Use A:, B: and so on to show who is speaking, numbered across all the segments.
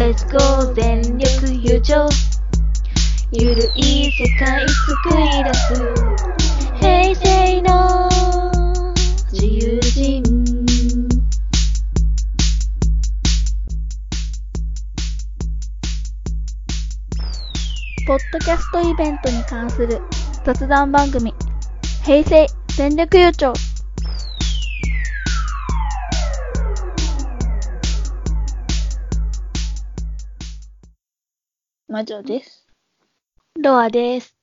A: Let's go 全力友情ゆるい世界作り出す平成の自由人
B: ポッドキャストイベントに関する雑談番組、平成全力優勝。魔女です。
A: ロアです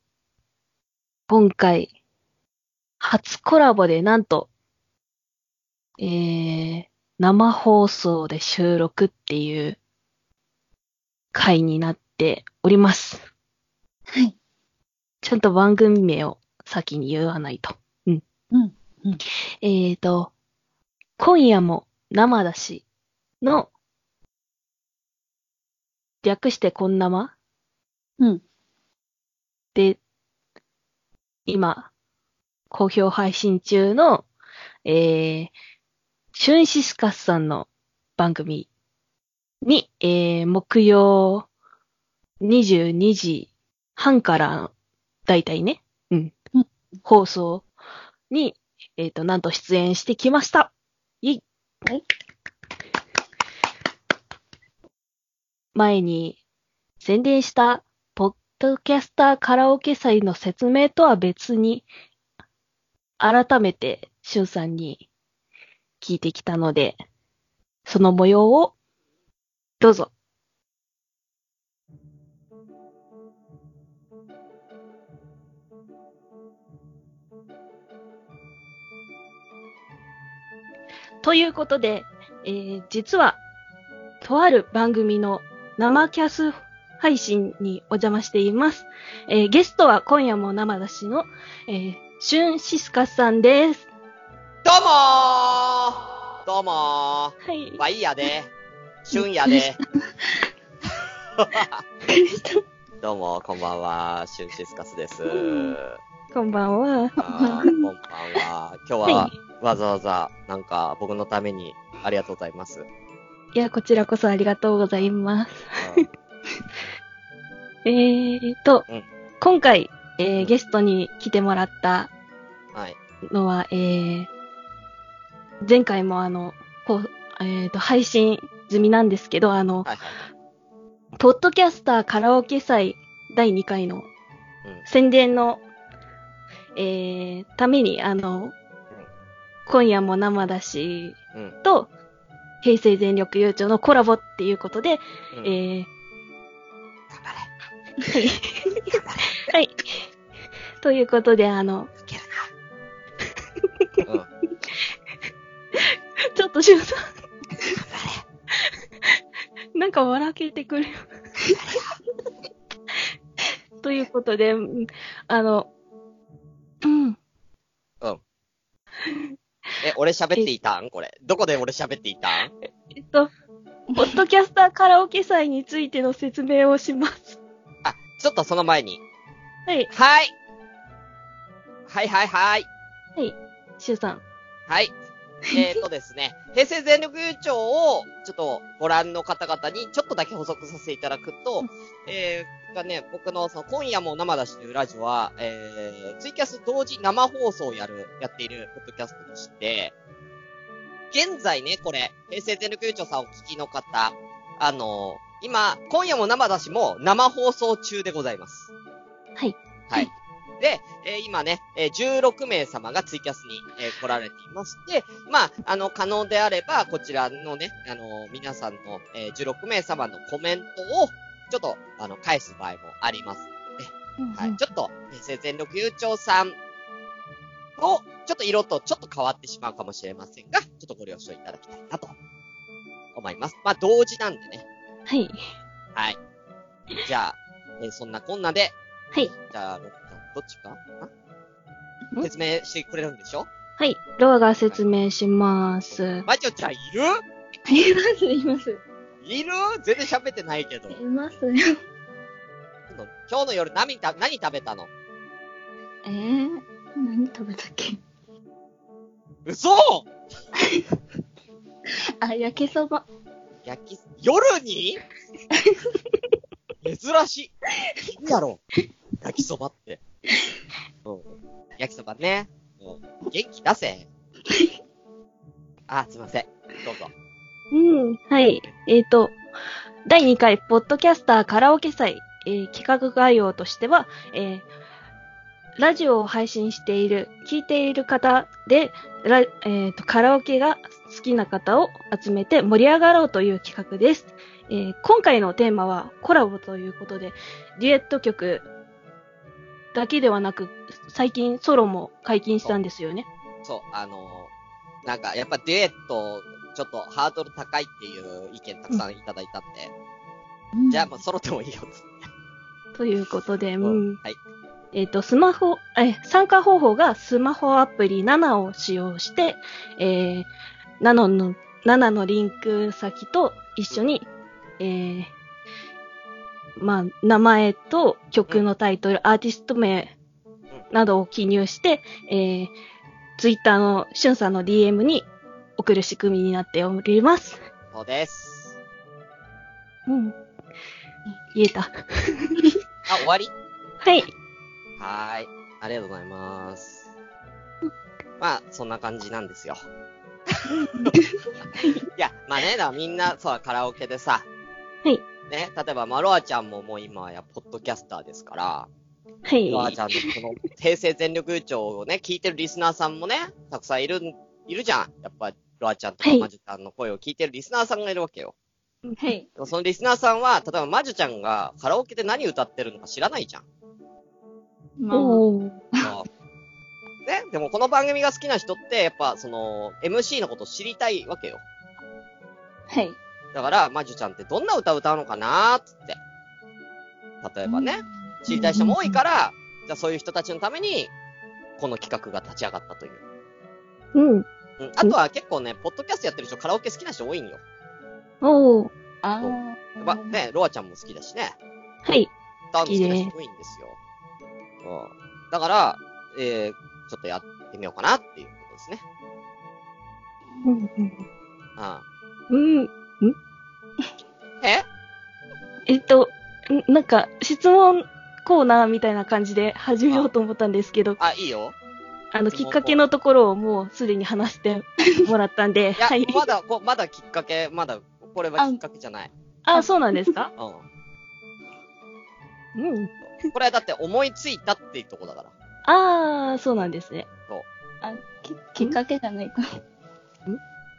A: 今回初コラボでなんとえー、生放送で収録っていう回になっております
B: はい。
A: ちゃんと番組名を先に言わないと。うん。
B: うんうん
A: えーと、今夜も生だしの、略してこん生
B: うん。
A: で、今、好評配信中の、えー、シュンシスカスさんの番組に、えー、木曜22時半から、だいたいね、うん
B: うん、
A: 放送に、えっ、と、なんと出演してきました。イェイ
B: はい
A: 前に宣伝した、ポッドキャスターカラオケ祭の説明とは別に、改めて、しゅんさんに聞いてきたので、その模様を、どうぞ。ということで、えー実は、とある番組の生キャス配信にお邪魔しています。えーゲストは今夜も生出しの、えー、シュンシスカスさんです。
C: どうもーどうも
A: はい
C: ー。わいやで。旬 やで。どうも、こんばんは。旬シスカスです。
A: うんこんばんは。
C: あーこんばんは。今日
A: は
C: はわざわざ、なんか、僕のためにありがとうございます。
A: い。いや、こちらこそありがとうございます。
C: うん
A: えーと、
C: うん
A: 今回、えーゲストに来てもらった
C: はい。
A: のは、えー前回もあの、こう、えーと、配信済みなんですけど、あの、
C: はいはい。
A: ポッドキャスターカラオケ祭第2回の
C: うん
A: 宣伝の、えー、ために、あの、今夜も生だし
C: うん
A: と、平成全力悠長のコラボっていうことで、
C: うん
A: えー、
C: 頑張れ。
A: はい。はい。ということで、あの、
C: いける な。うん。
A: ちょっとしゅんさん。なんか笑けてくるよ。ということで、うんあの、うん。
C: え、俺喋っていたんこれ。どこで俺喋っていたん
A: えっと、ポッドキャスターカラオケ祭についての説明をします。
C: あ、ちょっとその前に。
A: はい、
C: はいはいはいはい。
A: しゅうさん。
C: はい。えっ、とで すね、平成全力優勝を、ちょっとご覧の方々にちょっとだけ補足させていただくと、えー、がね、僕のその今夜も生出しというラジオは、えー、ツイキャス同時生放送をやる、やっているポッドキャストでして、現在ね、これ、平成全力優勝さんをお聞きの方、あのー今、今夜も生出しも生放送中でございます。
A: はい。
C: はい。で、えー今ね、えー16名様がツイキャスに、えー来られていまして、まあ、あの、可能であれば、こちらのね、あの、皆さんの、えー16名様のコメントを、ちょっと、あの、返す場合もあります。は
A: う
C: い。
A: ん
C: ちょっと、平成全力優勝さんの、ちょっと色とちょっと変わってしまうかもしれませんが、ちょっとご了承いただきたいなと、思います。まあ、同時なんでね。
A: はい。
C: はい。じゃあ、えーそんなこんなで、
A: はい。
C: じゃあ、ロックさんどっちか
A: ん
C: な説明してくれるんでしょ
A: はい。ロアが説明します。
C: マジョちゃんいる
B: います、います。
C: いる全然喋ってないけど。
B: います。
C: 今日の夜何た何食べたの
B: えー、何食べたっけ
C: 嘘
B: あ、焼きそば。
C: 焼き、夜に珍しい。いいやろ。焼きそばって。うん。焼きそばね。うん。元気出せ。あ、すいません。どうぞ。
A: うん、はい。えっ、と、第2回、ポッドキャスターカラオケ祭、えー企画概要としては、えーラジオを配信している、聞いている方で、ラえーとカラオケが好きな方を集めて盛り上がろうという企画です。えー今回のテーマはコラボということで、デュエット曲だけではなく、最近ソロも解禁したんですよね。
C: そう、あのーなんか、やっぱデュエット、ちょっとハードル高いっていう意見たくさんいただいたんで、じゃあもう揃ってもいいよっつって。
A: ということで、う
C: うんん。はい。
A: えっ、と、スマホ、え、参加方法がスマホアプリ7を使用して、えー、7の、7のリンク先と一緒に、えー、まあ、名前と曲のタイトル、アーティスト名などを記入して、えー、ツイッターのしゅんさんの DM に送る仕組みになっております。
C: そうです。
A: うん。言えた。
C: あ、終わり
A: はい。
C: はーい。ありがとうございます。まあ、そんな感じな んですよ。いや、まあね、だからみんなさ、カラオケでさ、
A: はい。
C: ね、例えば、まロアちゃんももう今や、ポッドキャスターですから、
A: は
C: ロア
A: い
C: ち。ゃんのこの、平成全力優勝をね、聞いてるリスナーさんもね、たくさんいる、いるじゃん。やっぱ、ロアちゃんと
A: は
C: か
A: い
C: マジュちゃんの声を聞いてるリスナーさんがいるわけよ。
A: はい。
C: でもそのリスナーさんは、例えばマジュちゃんがカラオケで何歌ってるのか知らないじゃん。
B: まあ
A: おー。
C: そうね、でもこの番組が好きな人って、やっぱその、MC のこと知りたいわけよ。
B: はい。
C: だから、まじゅちゃんってどんな歌歌うのかなーっつって。例えばね、知りたい人も多いから、じゃあそういう人たちのために、この企画が立ち上がったという。
A: うん。
C: うん、あとは結構ね、ポッドキャストやってる人、カラオケ好きな人多いんよ。
A: おー。
B: あー
C: やっぱね、ロアちゃんも好きだしね、
A: はい。
C: 歌うの好きな人多いんですよ。うん。だから、えー、ちょっとやってみようかなっていうことですね。
A: うんうんう
C: う
A: ん、
C: ん。え
A: えっと、んなんか、質問コーナーみたいな感じで始めようと思ったんですけど、あ
C: あ、いいよ。
A: の、き
C: 質問コーナ
A: っ
C: ー
A: かけのところをもうすでに話して もらったんで、
C: いや、
A: はい。
C: まだこ、まだきっかけ、まだ、これはきっかけじゃない。
A: あ、そうなんですか
C: う
A: うん。
C: ん。これはだって思いついたっていうとこだから。
A: あー、そうなんですね。
B: あききっかけじゃないか。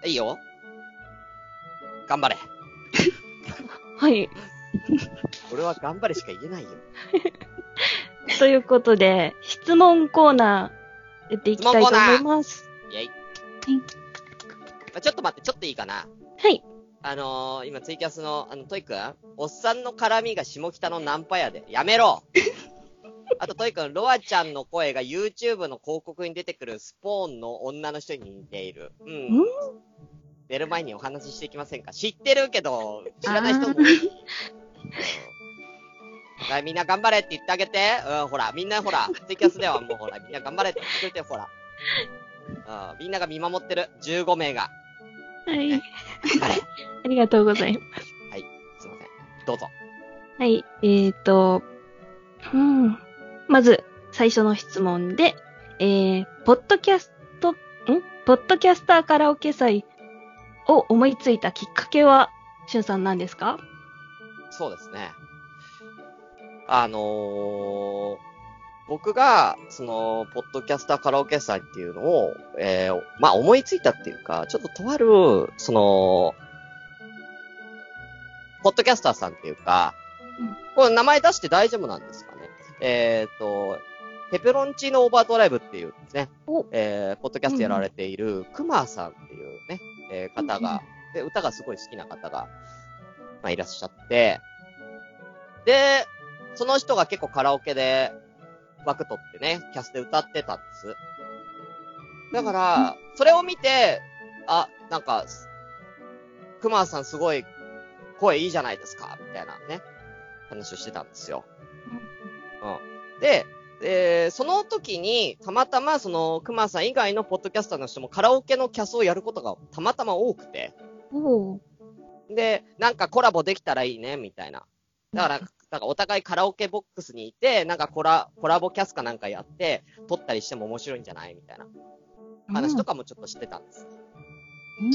C: いいよ。頑張れ。
A: はい。
C: 俺は頑張れしか言えないよ。
A: ということで、質問コーナーやっていきたいと思います。
C: イェイ。まちょっと待って、ちょっといいかな。
A: はい。
C: あのー、今ツイキャスの、あの、トイくんおっさんの絡みが下北のナンパやで。やめ ろあとトイくん、ロアちゃんの声が YouTube の広告に出てくるスポーンの女の人に似ている。うん。
A: ん
C: 寝る前にお話ししていきませんか知ってるけど、知らない人も多い。うんだからみんな頑張れって言ってあげて。うん、ほら、みんなほら、ツイキャスではもうほら、みんな頑張れって言ってくれて、ほら。うん、みんなが見守ってる。15名が。
A: はい。
C: あれ
A: ありがとうございます。
C: すいません。どうぞ。
A: はい、えっ、と、うん。まず、最初の質問で、えー、ポッドキャスト、んポッドキャスターカラオケ祭を思いついたきっかけは、しゅんさんなんですか
C: そうですね。あのー、僕が、その、ポッドキャスターカラオケ祭っていうのを、えー、まあ、思いついたっていうか、ちょっととある、その、ポッドキャスターさんっていうか、
A: うん
C: これ名前出して大丈夫なんですかね。えっ、と、ペペロンチーノオーバードライブっていうですね
A: お、
C: えー、ポッドキャストやられている、クマさんっていうね、えー方が、で、歌がすごい好きな方が、まあ、いらっしゃって、で、その人が結構カラオケで枠取ってね、キャスで歌ってたんです。だから、それを見て、あ、なんか、クマさんすごい声いいじゃないですか、みたいなね、話をしてたんですよ。うん。で、えーその時に、たまたま、その、クマさん以外のポッドキャスターの人もカラオケのキャスをやることがたまたま多くて、
A: おお。
C: で、なんかコラボできたらいいね、みたいな。だから、だからお互いカラオケボックスにいて、なんかコラ、コラボキャスかなんかやって、撮ったりしても面白いんじゃないみたいな話とかもちょっとしてたんです。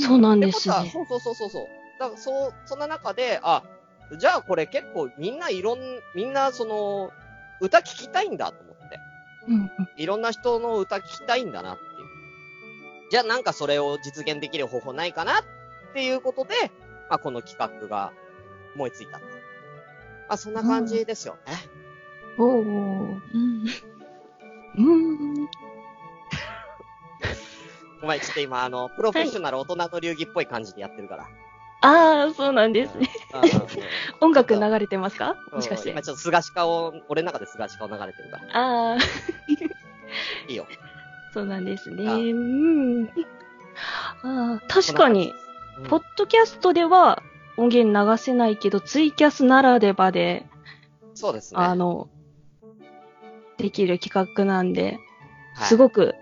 A: そうなん
C: って
A: で
C: こ
A: す
C: とは、
A: ね。
C: そうそうそうそうそう。だから、そう、そんな中で、あ、じゃあこれ結構みんないろん、みんなその、歌聞きたいんだと思って。
A: うん
C: いろんな人の歌聞きたいんだなっていう。じゃあなんかそれを実現できる方法ないかなっていうことで、まあこの企画が思いついた。まあそんな感じですよね。
A: おー。
B: うん。
A: うん。
C: ごめん、ちょっと今あの、プロフェッショナル大人の流儀っぽい感じでやってるから。
A: ああ、そうなんですね。
C: うんうんうん
A: 音楽流れてますか
C: うん
A: もしかして
C: 今。ちょっとスガシカを、俺の中でスガシカを流れてるから。
A: ああ、
C: いいよ。
A: そうなんですね。
C: あ
A: うん。ああ、確かに、
C: うん。
A: ポッドキャストでは音源流せないけど、ツイキャスならではで、
C: そうですね。
A: あの、できる企画なんで、す
C: い。
A: ごく、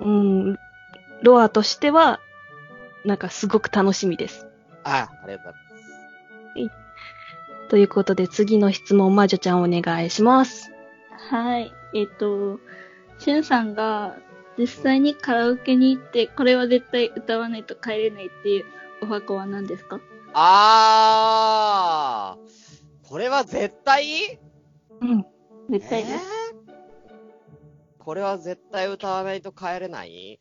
A: うん、ロアとしては、なんかすごく楽しみです。
C: あ、ありがとうございます。
A: ということで、次の質問、魔女ちゃんお願いします。
B: はい。えっ、と、しゅんさんが実際にカラオケに行って、これは絶対歌わないと帰れないっていうお箱は何ですか
C: あー、これは絶対
A: うん。
B: 絶対です。
C: えーこれは絶対歌わないと帰れない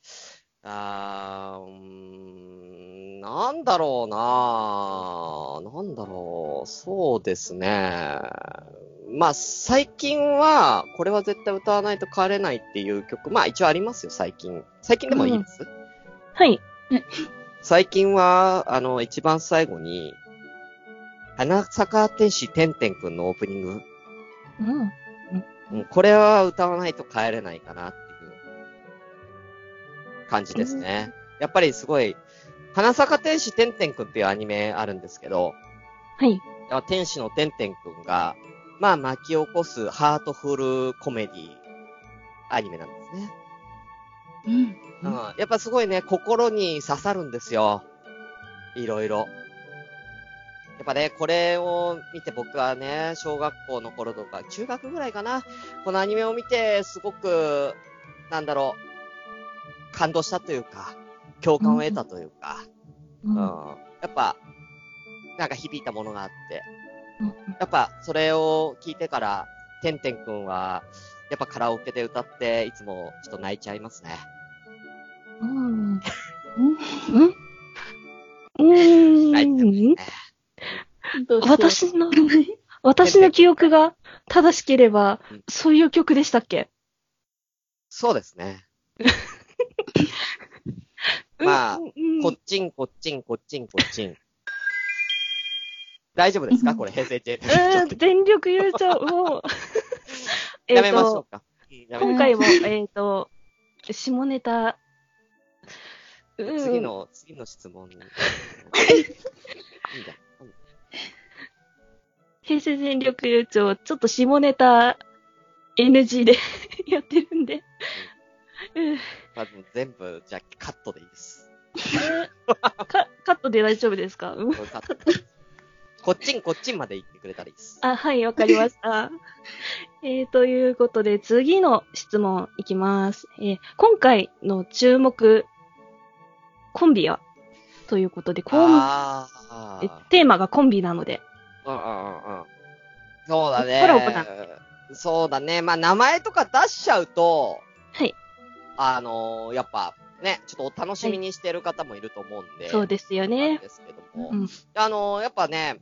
C: あー、うーん、なんだろうなぁ。なんだろう。そうですね。まあ、最近は、これは絶対歌わないと帰れないっていう曲、まあ一応ありますよ、最近。最近でもいいです、
A: はい。
C: 最近は、あの、一番最後に、花坂天使てんてんくんのオープニング。
A: うん。
C: うん、これは歌わないと帰れないかなっていう感じですね。やっぱりすごい、花坂天使てんてんくんっていうアニメあるんですけど、
A: はい。
C: 天使のてんてんくんが、まあ巻き起こすハートフルコメディアニメなんですね。
B: うん。
C: うん、やっぱすごいね、心に刺さるんですよ。いろいろ。やっぱね、これを見て僕はね、小学校の頃とか、中学ぐらいかな、このアニメを見て、すごく、なんだろう、感動したというか、共感を得たというか、
A: う
C: うん。
A: ん。
C: やっぱ、なんか響いたものがあって、
A: うん
C: やっぱ、それを聞いてから、てんてんくんは、やっぱカラオケで歌って、いつもちょっと泣いちゃいますね。
A: うん。うん。 うん。
B: どうしよう。
A: 私の、私の記憶が正しければ、そういう曲でしたっけ
C: そうで すね。まあ
A: うんうん
C: こっちん、こっちん、こっちん、こっちん。大丈夫ですかこれ、平 成 J ちょ
A: う
C: っ
A: ん、全力優勝、 もう。
C: とやめましょ
A: と、
C: うか。うんやめ
A: 今回も、えっ、と、下ネタ、うん
C: 次の、次の質 問に。いいんだ。
A: 平成全力優勝、ちょっと下ネタ NG で やってる んで。うん
C: まあ、でも全部、じゃあカットでいいです。
A: かカットで大丈夫ですかうん
C: これカットですこっちん、こっちんまで言ってくれたらいいです。
A: あ、はい、わかりました。 えー、ということで、次の質問いきます。えー今回の注目、コンビはということで、コン
C: ああ
A: えテーマがコンビなので。
C: うんうんうんうん。そうだね。
A: コラボだ
C: そうだね。まあ、名前とか出しちゃうと、
A: はい。
C: あのーやっぱ、ね、ちょっとお楽しみにしてる方もいると思うんで。
A: そうですよ
C: なん
A: ね。
C: ですけども。
A: うん
C: あのーやっぱね、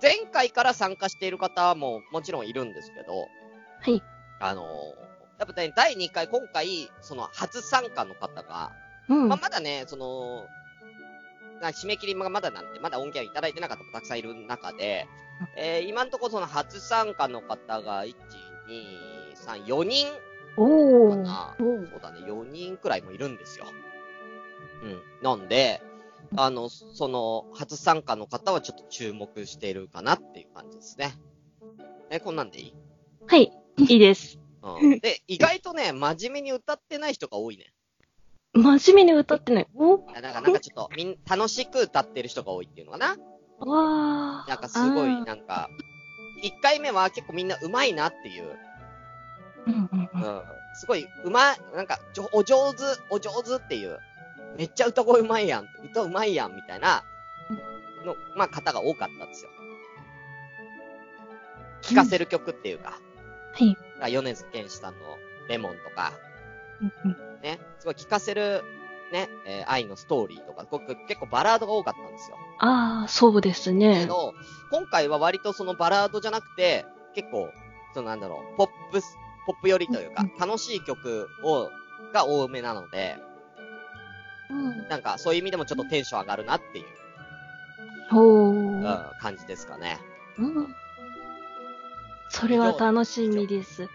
C: 前回から参加している方ももちろんいるんですけど、
A: はい。
C: あのーやっぱね、第2回、今回、その、初参加の方が、
A: うん
C: まあ、まだね、その、な締め切りがまだなんで、まだ音源いただいてなかった方もたくさんいる中で、えー今んところその初参加の方が、1、2、3、4人
A: お
C: か
A: ー。
C: な。
B: おう
C: そうだね、4人くらいもいるんですよ。うん。なんで、あの、その、初参加の方はちょっと注目しているかなっていう感じですね。え、こんなんでいい、
A: はい、いいです。
C: うん、で、意外とね、真面目に歌ってない人が多いね。
A: 真面目に歌ってない。お
C: あなんか、なんかちょっと、みん、楽しく歌ってる人が多いっていうのかな
A: わ
C: なんかすご
B: あ
C: い、
B: ー
C: なんか、一回目は結構みんな上手いなっていう。
A: ー。うんうん
C: う
A: うん。
C: ん。すごい、上手い、なんか、じょお上手、お上手っていう。めっちゃ歌声上手いやん。歌上手いやん、みたいな、の、まあ、方が多かったんですよ。聴かせる曲っていうか、
A: はい。
C: ヨネズケンシさんのレモンとか、
A: うんうん
C: ね、すごい聴かせる、ね、えー愛のストーリーとか、こう結構バラードが多かったんですよ。
A: ああ、そうです
C: け
A: ね。
C: ど、今回は割とそのバラードじゃなくて、結構、そのなんだろう、ポップス、ポップ寄りという
A: う
C: か
A: ん、
C: 楽しい曲を、が多めなので、なんかそういう意味でもちょっとテンション上がるなっていう、
A: お
C: うん
A: ー。
C: 感じですかね。
A: うんそれは楽しみです。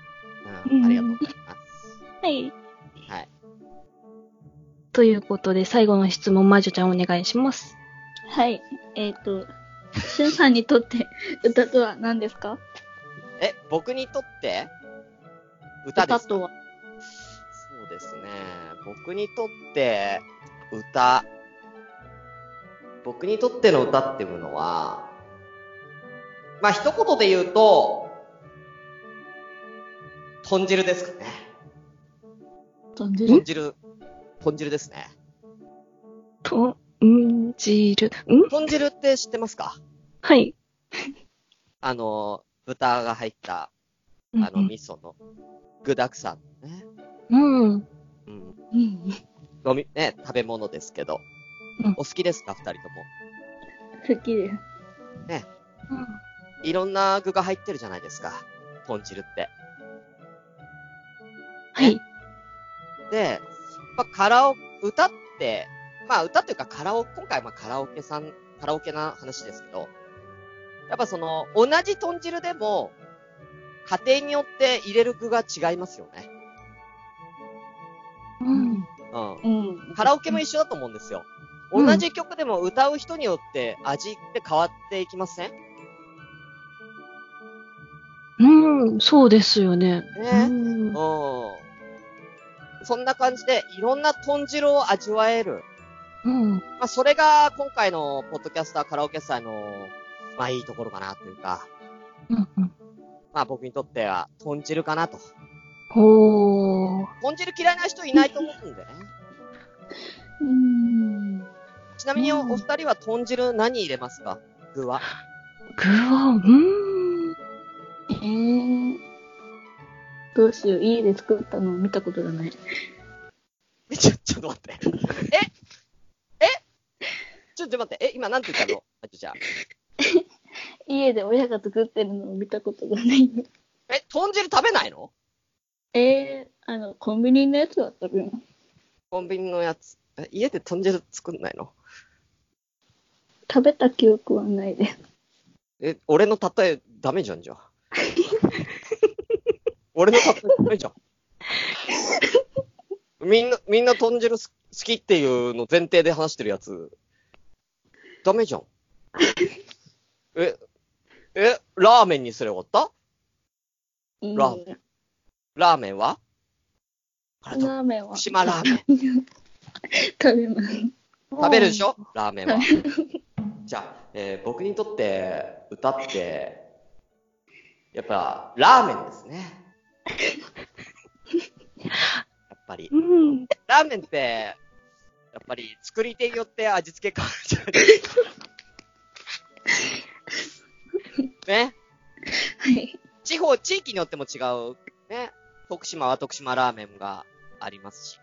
C: うん、ありがとうございます。
B: はい。
C: はい。
A: ということで、最後の質問、魔女ちゃんお願いします。
B: はい。えっ、と、しゅんさんにとって歌とは何ですか
C: え、僕にとって歌ですか
B: とは。
C: そうですね。僕にとって、歌。僕にとっての歌っていうのは、まあ、一言で言うと、豚汁ですかね。
B: 豚汁
C: 豚汁、豚汁ですね。
A: と、んじる、ん
C: 豚汁って知ってますか
A: はい。
C: あの、豚が入った、あ
A: うん
C: の、味噌の、具沢山のね。
A: うん。うん
C: うん。
B: うん。
C: 飲み、ね、食べ物ですけど
A: うん。
C: お好きですか二人とも。
B: 好きです。
C: いろんな具が入ってるじゃないですか。豚汁って。
A: はい。
C: で、まあ、カラオ、歌って、まあ、歌っていうかカラオ、今回はまあカラオケさん、カラオケな話ですけど、やっぱその、同じ豚汁でも、家庭によって入れる具が違いますよね。
A: うん。
C: う
B: うん
C: ん。。カラオケも一緒だと思うんです
A: う
C: よ。
A: ん
C: 同じ曲でも歌う人によって味って変わっていきませんね
A: うん、そうですよね。うん。
C: うん。そんな感じで、いろんな豚汁を味わえる。
A: うん。
C: まあ、それが今回のポッドキャスターカラオケ祭の、まあいいところかなというか、
A: うんうん。
C: まあ僕にとっては豚汁かなと。
A: おー。
C: 豚汁嫌いな人いないと思うんでね。
B: うん。
C: ちなみにお
A: うん
C: お二人は豚汁何入れますか具は。
A: 具は、うん。
B: えー。どうしよう。家で作ったのを見たことがない。
C: え ちょ、ちょっと待って。ええちょっと待って。え、今なんて言った のあちょじゃあ。
B: 家で親が作ってるのを見たことがない。
C: え、豚汁食べないの
B: えー、あの、コンビニのやつは食べます。
C: コンビニのやつ。え、家で豚汁作んないの
B: 食べた記憶はないです。
C: え、俺の例えダメじゃんじゃあ。 俺の例えダメじゃん。みんな、みんな豚汁す好きっていうの前提で話してるやつ、ダメじゃん。え、え、ラーメンにすればよかった
B: うん
C: ラーラーメンはあれ、徳
B: ラーメンは食
C: 島ラーメン。
B: べます。
C: 食べるでしょラーメンは。じゃあ、えー僕にとって歌って、やっぱラーメンですね。やっぱり。
A: うん。
C: ラーメンって、やっぱり作り手によって味付け変わるじゃないですか。ね。
B: はい。
C: 地方、地域によっても違う。ね。徳島は徳島ラーメンがありますし。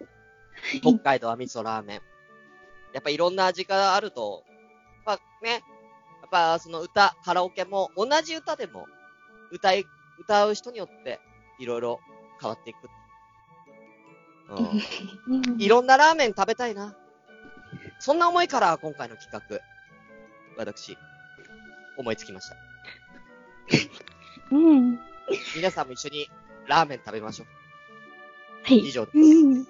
C: 北海道は味噌ラーメン。やっぱいろんな味があると、まあね、やっぱその歌、カラオケも同じ歌でも、歌い、歌う人によっていろいろ変わっていく。うん。いろんなラーメン食べたいな。そんな思いから今回の企画、私、思いつきました。
A: うん。は
C: 皆さんも一緒にラーメン食べましょう。以
A: い。
C: 上です。い
A: うん。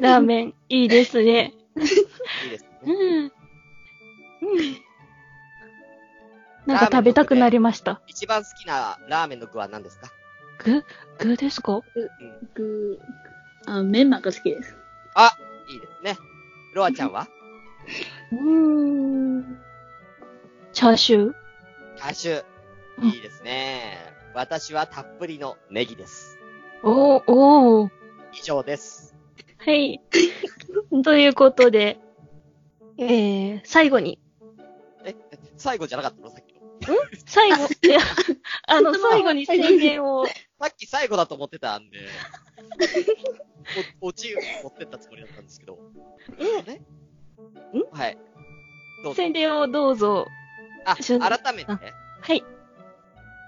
A: ラーメン、いいです ね。
C: いです
A: う
C: ね。
A: ん。うんなんか食べたくなりました。
C: 一番好きなラーメンの具は何ですか
A: 具具ですか
B: 具、あ、メンマが好きです。
C: あ、いいですね。ロアちゃんは
A: うーん。チャーシュー
C: 歌手。いいですね。私はたっぷりのネギです。
A: おー、おー。
C: 以上です。
A: はい。 ということで、えー、最後に、
C: 最後じゃなかったのさっきの。
A: 最後、いや、あの、
B: 質問
A: 最後に宣言を、
C: さっき最後だと思ってたんで、お、落ち持ってったつもりだったんですけど。あれはい。どうぞ。
A: 宣伝をどうぞ。
C: あ、
A: 宣伝
C: 改めてね、
A: はい。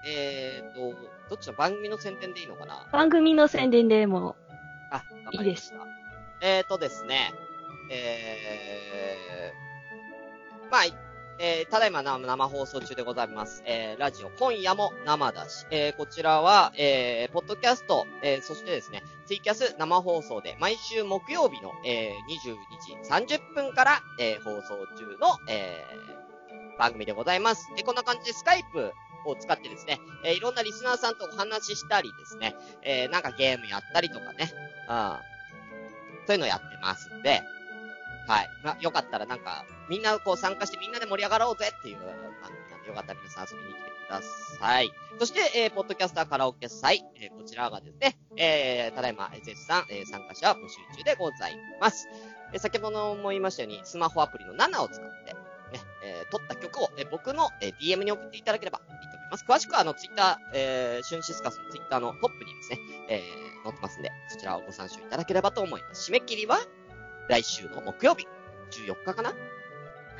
C: えーと、どっちの番組の宣伝でいいのかな
A: 番組の宣伝でも、
C: あ、わか
A: いい
C: り
A: で
C: まし
A: す
C: た。えーとですね、えー、まあ、えー、ただいま生生放送中でございます。えー、ラジオ、今夜も生だし、えー、こちらは、えー、ポッドキャスト、えー、そしてですね、ツイキャス生放送で、毎週木曜日の、えー、22時30分から、えー、放送中の、えー、番組でございます。えーこんな感じでスカイプを使ってですね、えー、いろんなリスナーさんとお話ししたりですね、えー、なんかゲームやったりとかね、うん。そういうのやってますんで、はい。まあ、よかったらなんか、みんなこう参加してみんなで盛り上がろうぜっていう番組なんで、よかったら皆さん遊びに来てください。そして、えー、ポッドキャスターカラオケ祭、えーこちらがですね、えー、ただいま、えー絶賛、えー参加者募集中でございます。えー先ほども言いましたように、スマホアプリの7を使って、ね、えー撮った曲を、えー僕の、えー DM に送っていただければいいと思います。詳しくは、あの、ツイッター、えー、シュンシスカスのツイッターのトップにですね、えー、載ってますんで、そちらをご参照いただければと思います。締め切りは、来週の木曜日、14日かな
A: は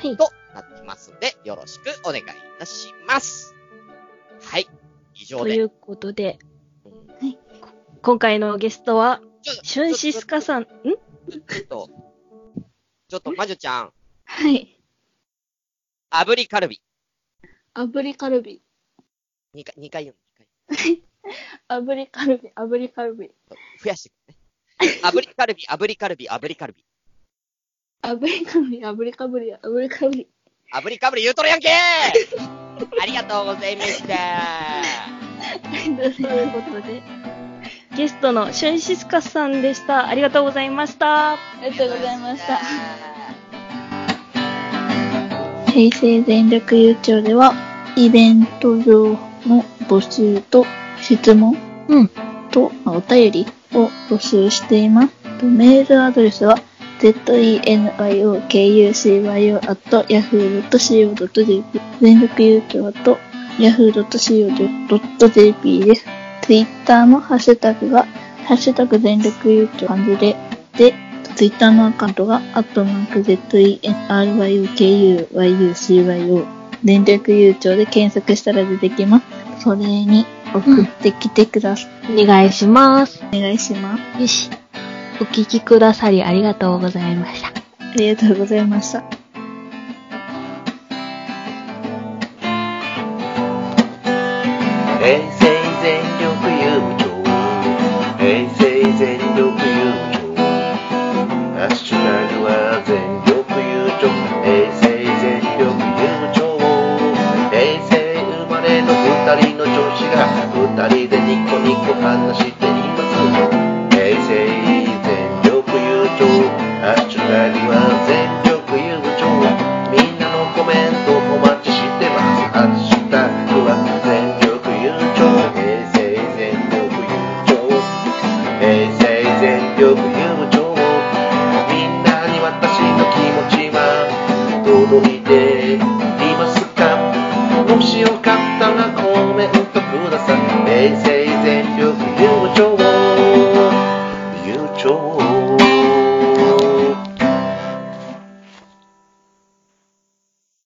A: い。
C: となってますので、よろしくお願いいたします。はい。以上
A: と
C: で。
A: いうことで、
B: い
A: こ今回のゲストは、
C: ちょっと
A: シュンシスカさん、ん
C: ちょっと、ちょっと、まじゅちゃん、
B: はい。
C: 炙りカルビ。
B: 炙りカルビ。
C: 2回、二回言うの、二回。
B: 炙りカルビ、炙りカルビ。
C: 増やしてくね。炙りカルビ、炙りカルビ、炙りカルビ。
B: 炙りカルビ、炙りカルビ、炙りカル ビ。
C: 炙りカブリ言うとるやんけありがとうございました。
A: ということで、ゲストのシュンシスカさんでした。ありがとうございました。
B: ありがとうございました。
D: 平成全力悠長では、イベント上の募集と質問
A: うん
D: と、まあお便りを募集しています。とメールアドレスは、zenyokucyo.yahoo.co.jp 全力悠長と yahoo.co.jp です。Twitter のハッシュタグが、ハッシュタグ全力悠長漢字で、で、ツイッターのアカウントが、アットマーク ZENRYUKUYUCYO、電力悠長で検索したら出てきます。それに送ってきてください。
A: お願いします。
D: お願いします。
A: よし。お聞きくださりありがとうございました。
D: ありがとうございました。
E: 平成全力悠長平成全力悠長ハッシュタグは全力悠長平成全力悠長平成生まれの二人の女子が二人でニコニコ話しています平成全力悠長ハッシュタグは全力悠長みんなのコメントお待ちしてます。ハッシュタグは全力優勝。平成全力優勝。平成全力優勝。みんなに私の気持ちは届いていますかもしよかったらコメントください。平成